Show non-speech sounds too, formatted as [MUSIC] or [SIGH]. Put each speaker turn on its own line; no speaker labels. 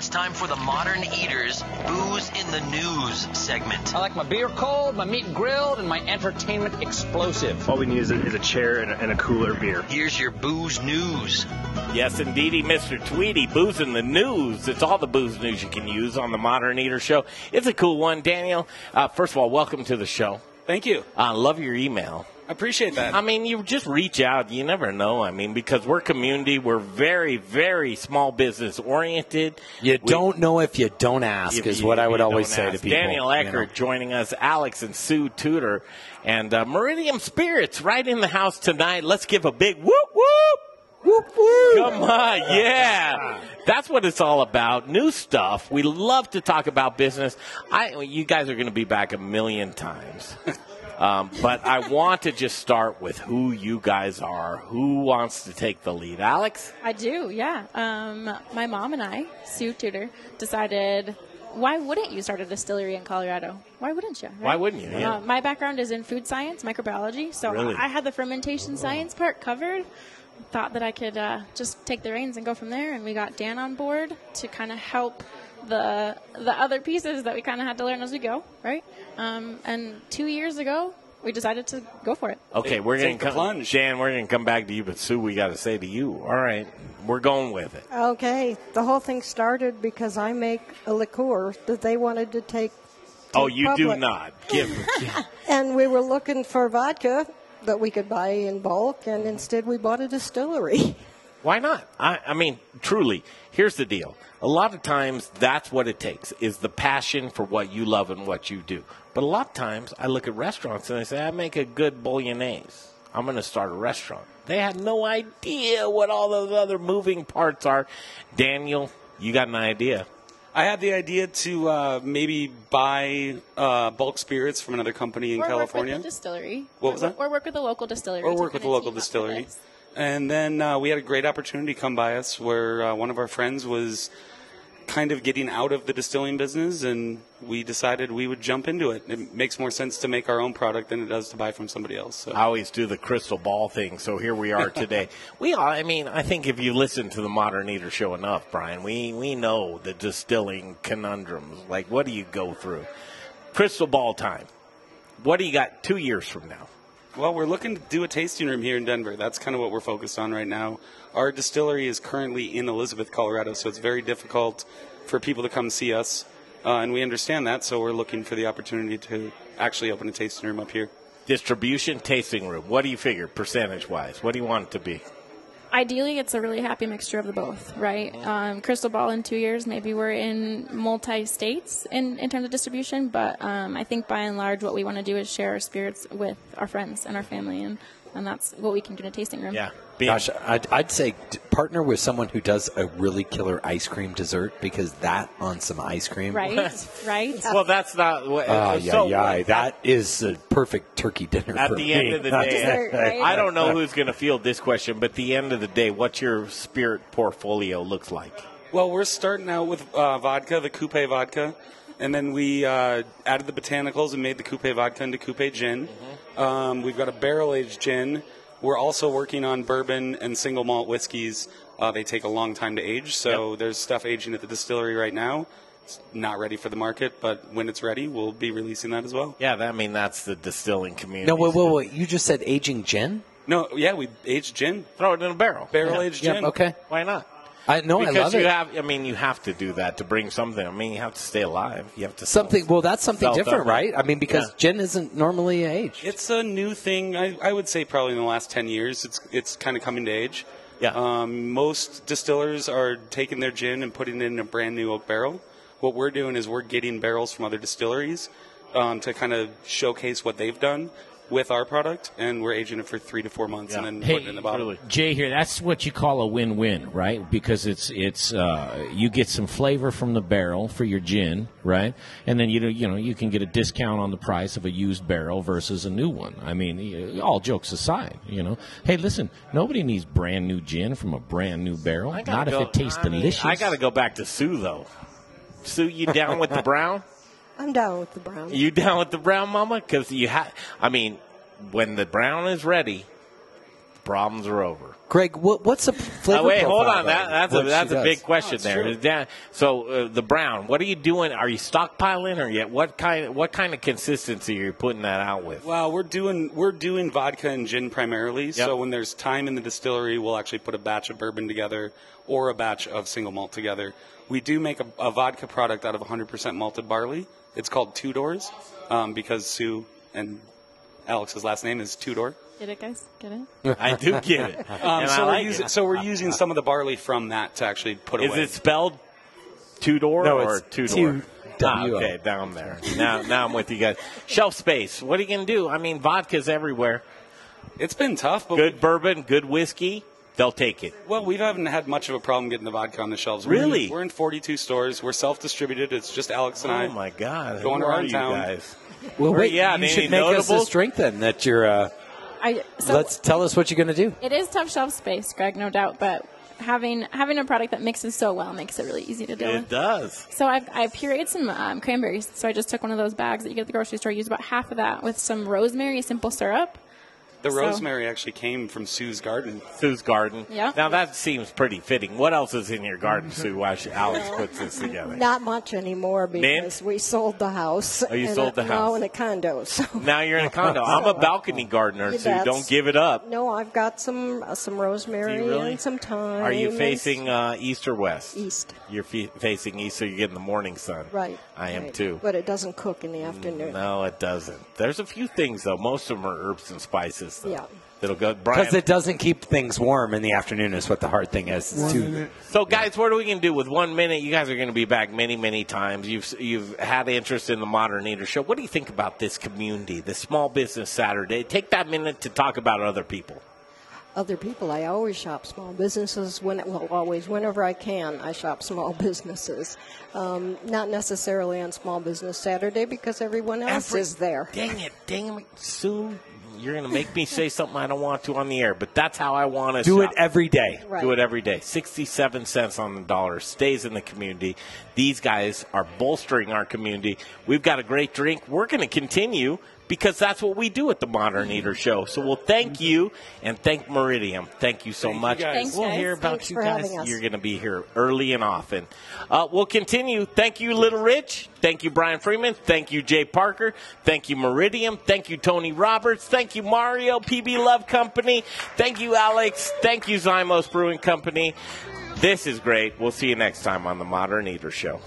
time for the Modern Eaters Booze in the News segment.
I like my beer cold, my meat grilled, and my entertainment explosive.
All we need is a, is a chair and a, and a cooler beer.
Here's your booze news.
Yes, indeedy, Mr. Tweety, booze in the news. It's all the booze news you can use on the Modern Eater Show. It's a cool one, Daniel. Uh, first of all, welcome to the show.
Thank you.
I love your email.
I appreciate that.
I mean, you just reach out. You never know. I mean, because we're community, we're very, very small business oriented.
You don't know if you don't ask, is what I would always say to people.
Daniel
you know.
Eckert joining us, Alex and Sue Tudor, and uh, Meridium Spirits right in the house tonight. Let's give a big whoop whoop.
Whoop, whoop.
Come on, yeah. That's what it's all about. New stuff. We love to talk about business. I, you guys are going to be back a million times. [LAUGHS] Um, but I want to just start with who you guys are. Who wants to take the lead? Alex?
I do, yeah. Um, my mom and I, Sue Tudor, decided why wouldn't you start a distillery in Colorado? Why wouldn't you? right?
Why wouldn't you? Yeah.
Um,
Uh, my background is in food science, microbiology, so
Really?
I had the fermentation science part covered. Thought that I could uh, just take the reins and go from there, and we got Dan on board to kind of help the the other pieces that we kind of had to learn as we go, right? Um, and two years ago, we decided to go for it.
Okay, we're going
take the
to come.
plunge.
Shan, we're going to come back to you, but Sue, we got to say to you, all right, we're going with it.
Okay, the whole thing started because I make a liqueur that they wanted to take. to
oh, you do
public.
not. Give. give-
And we were looking for vodka that we could buy in bulk, and instead we bought a distillery. [LAUGHS]
Why not? I, I mean, truly, here's the deal. A lot of times, that's what it takes is the passion for what you love and what you do. But a lot of times, I look at restaurants and I say, I make a good bolognese. I'm going to start a restaurant. They had no idea what all those other moving parts are. Daniel, you got an idea.
I had the idea to uh, maybe buy uh, bulk spirits from another company in
or
California.
work with the distillery.
What
or,
was that?
Or work with the local distillery. to
or work with the
kinda
local
team up
distillery.
us.
And then uh, we had a great opportunity come by us where uh, one of our friends was kind of getting out of the distilling business, and we decided we would jump into it. It makes more sense to make our own product than it does to buy from somebody else. So.
I always do the crystal ball thing, so here we are
[LAUGHS]
today. we are, I mean, I think if you listen to the Modern Eater show enough, Brian, we, we know the distilling conundrums. Like, what do you go through? Crystal ball time. What do you got two years from now?
Well, we're looking to do a tasting room here in Denver. That's kind of what we're focused on right now. Our distillery is currently in Elizabeth, Colorado, so it's very difficult for people to come see us. Uh, and we understand that, so we're looking for the opportunity to actually open a tasting room up here.
Distribution, tasting room. What do you figure percentage wise? What do you want it to be?
ideally it's a really happy mixture of the both right
Uh-huh.
um, crystal ball in two years maybe we're in multi states in, in terms of distribution but um, i think by and large what we want to do is share our spirits with our friends and our family and, and that's what we can do in a tasting room
Yeah. Being-
Gosh, I'd, I'd say t- partner with someone who does a really killer ice cream dessert because that on some ice cream.
[LAUGHS] right right
well, that's not. what
Ah,
so
yeah,
what?
yeah. that is a perfect turkey dinner.
At
for
the end
me.
of the day,
Dessert, right?
I don't know who's going to field this question, but at the end of the day, what your spirit portfolio looks like.
Well, we're starting out with uh, vodka, the coupe vodka, and then we uh, added the botanicals and made the coupe vodka into coupe gin. Um, we've got a barrel aged gin. We're also working on bourbon and single malt whiskeys. Uh, they take a long time to age, so there's stuff aging at the distillery right now. It's not ready for the market, but when it's ready, we'll be releasing that as well.
Yeah, that, I mean that's the distilling community.
No, wait, wait, wait. You just said aging gin?
No, yeah, we aged gin,
Throw it in a barrel.
barrel aged
Yeah,
gin.
okay.
Why not?
I no,
because
I love
you
it.
have. I mean, you have to do that to bring something. I mean, you have to stay alive. You have to sell
something. Well, that's something
Sell
different,
something.
right? I mean, because gin isn't normally aged.
It's a new thing. I, I would say probably in the last ten years, it's it's kind of coming to age.
Yeah.
Um, most distillers are taking their gin and putting it in a brand new oak barrel. What we're doing is we're getting barrels from other distilleries um, to kind of showcase what they've done with our product, and we're aging it for three to four months and then putting it in the bottle.
Jay here. That's what you call a win-win, right? Because it's it's uh, you get some flavor from the barrel for your gin, right? And then you know you know you can get a discount on the price of a used barrel versus a new one. I mean, y- all jokes aside, you know. Hey, listen, nobody needs brand new gin from a brand new barrel.
I
Not
gotta go-
if it tastes
I mean,
delicious.
I got to go back to Sue though. Sue, you down with the brown?
I'm down with the brown.
You down with the brown, Mama? Because you have. I mean, when the brown is ready, problems are over.
Greg, what, what's the flavor
Uh, wait,
profile
hold on.
by
That, that's a,
what she
that's a
does?
big question there. Is that- so uh, the brown, what are you doing? Are you stockpiling or yet? What kind what kind of consistency are you putting that out with?
Well, we're doing we're doing vodka and gin primarily. So when there's time in the distillery, we'll actually put a batch of bourbon together or a batch of single malt together. We do make a, a vodka product out of 100% malted barley. It's called Two Doors um, because Sue and Alex's last name is Tudor.
Get it, guys? Get it?
I do get it.
Um,
And
so,
I
we're
like
using,
it.
so we're using some of the barley from that to actually put
Is
away.
it spelled two door
No,
or
it's
two door?
two- W-O.
okay, down there. Now, now I'm with you guys. Shelf space. What are you gonna do? I mean, vodka's everywhere.
it's been tough, but
Good bourbon, good whiskey. They'll take it.
Well, we haven't had much of a problem getting the vodka on the shelves. We're
Really?
in, we're in 42 stores. We're self-distributed. It's just Alex and I.
Oh my God!
Going
who
around
are you
town.
guys?
Well,
Or,
wait,
yeah,
you
any
should make us
notables?
this drink then. That you're. Uh,
I, so
let's tell us what you're going to do.
it is tough shelf space, Greg, no doubt, but having having a product that mixes so well makes it really easy to deal with.
It does.
So I've, I pureed some um, cranberries. So I just took one of those bags that you get at the grocery store, used about half of that with some rosemary simple syrup.
The
So-
rosemary actually came from Sue's garden.
Sue's garden.
Yeah.
Now that seems pretty fitting. What else is in your garden, Sue? Why should Alex puts this together?
Not much anymore because we sold the house.
Oh, you
and
sold the
I'm
house.
Now in a condo. [LAUGHS] So
Now you're in a condo. I'm a balcony gardener, Sue.
That's-
Don't give it up.
no, I've got some uh, some
Do
rosemary
you really?
and some thyme.
Are you
and
facing uh, east or west?
East.
You're fe- facing east, so you're getting the morning sun.
Right.
I am
right.
too. Mm,
But it doesn't cook in the afternoon.
No, it doesn't. There's a few things though. Most of them are herbs and spices. Though,
Yeah.
That'll go.
Because
Brian.
it doesn't keep things warm in the afternoon, is what the hard thing is. It's too-
so, guys, what are we going to do with one minute? You guys are going to be back many, many times. You've you've had interest in the Modern Eater Show. What do you think about this community, the Small Business Saturday? Take that minute to talk about other people.
Other people, I always shop small businesses. When well, always whenever I can, I shop small [LAUGHS] businesses. Um, not necessarily on Small Business Saturday because everyone else
Every-
is there.
Dang it, dang it, Sue. You're going to make me say something I don't want to on the air, but that's how I want to
do it
shop.
every day.
Right.
Do it every day. 67 cents on the dollar stays in the community. These guys are bolstering our community. We've got a great drink. We're going to continue because that's what we do at the Modern Eater Show. So we'll thank you and thank Meridium. Thank you so much.
guys.
Thanks,
we'll
guys.
hear about
Thanks
you
for
guys.
having us.
You're going to be here early and often. Uh, we'll continue. Thank you, Little Rich. Thank you, Brian Freeman. Thank you, Jay Parker. Thank you, Meridium. Thank you, Tony Roberts. Thank you, Mario, PB Love Company. Thank you, Alex. Thank you, Zymos Brewing Company. This is great. We'll see you next time on the Modern Eater Show.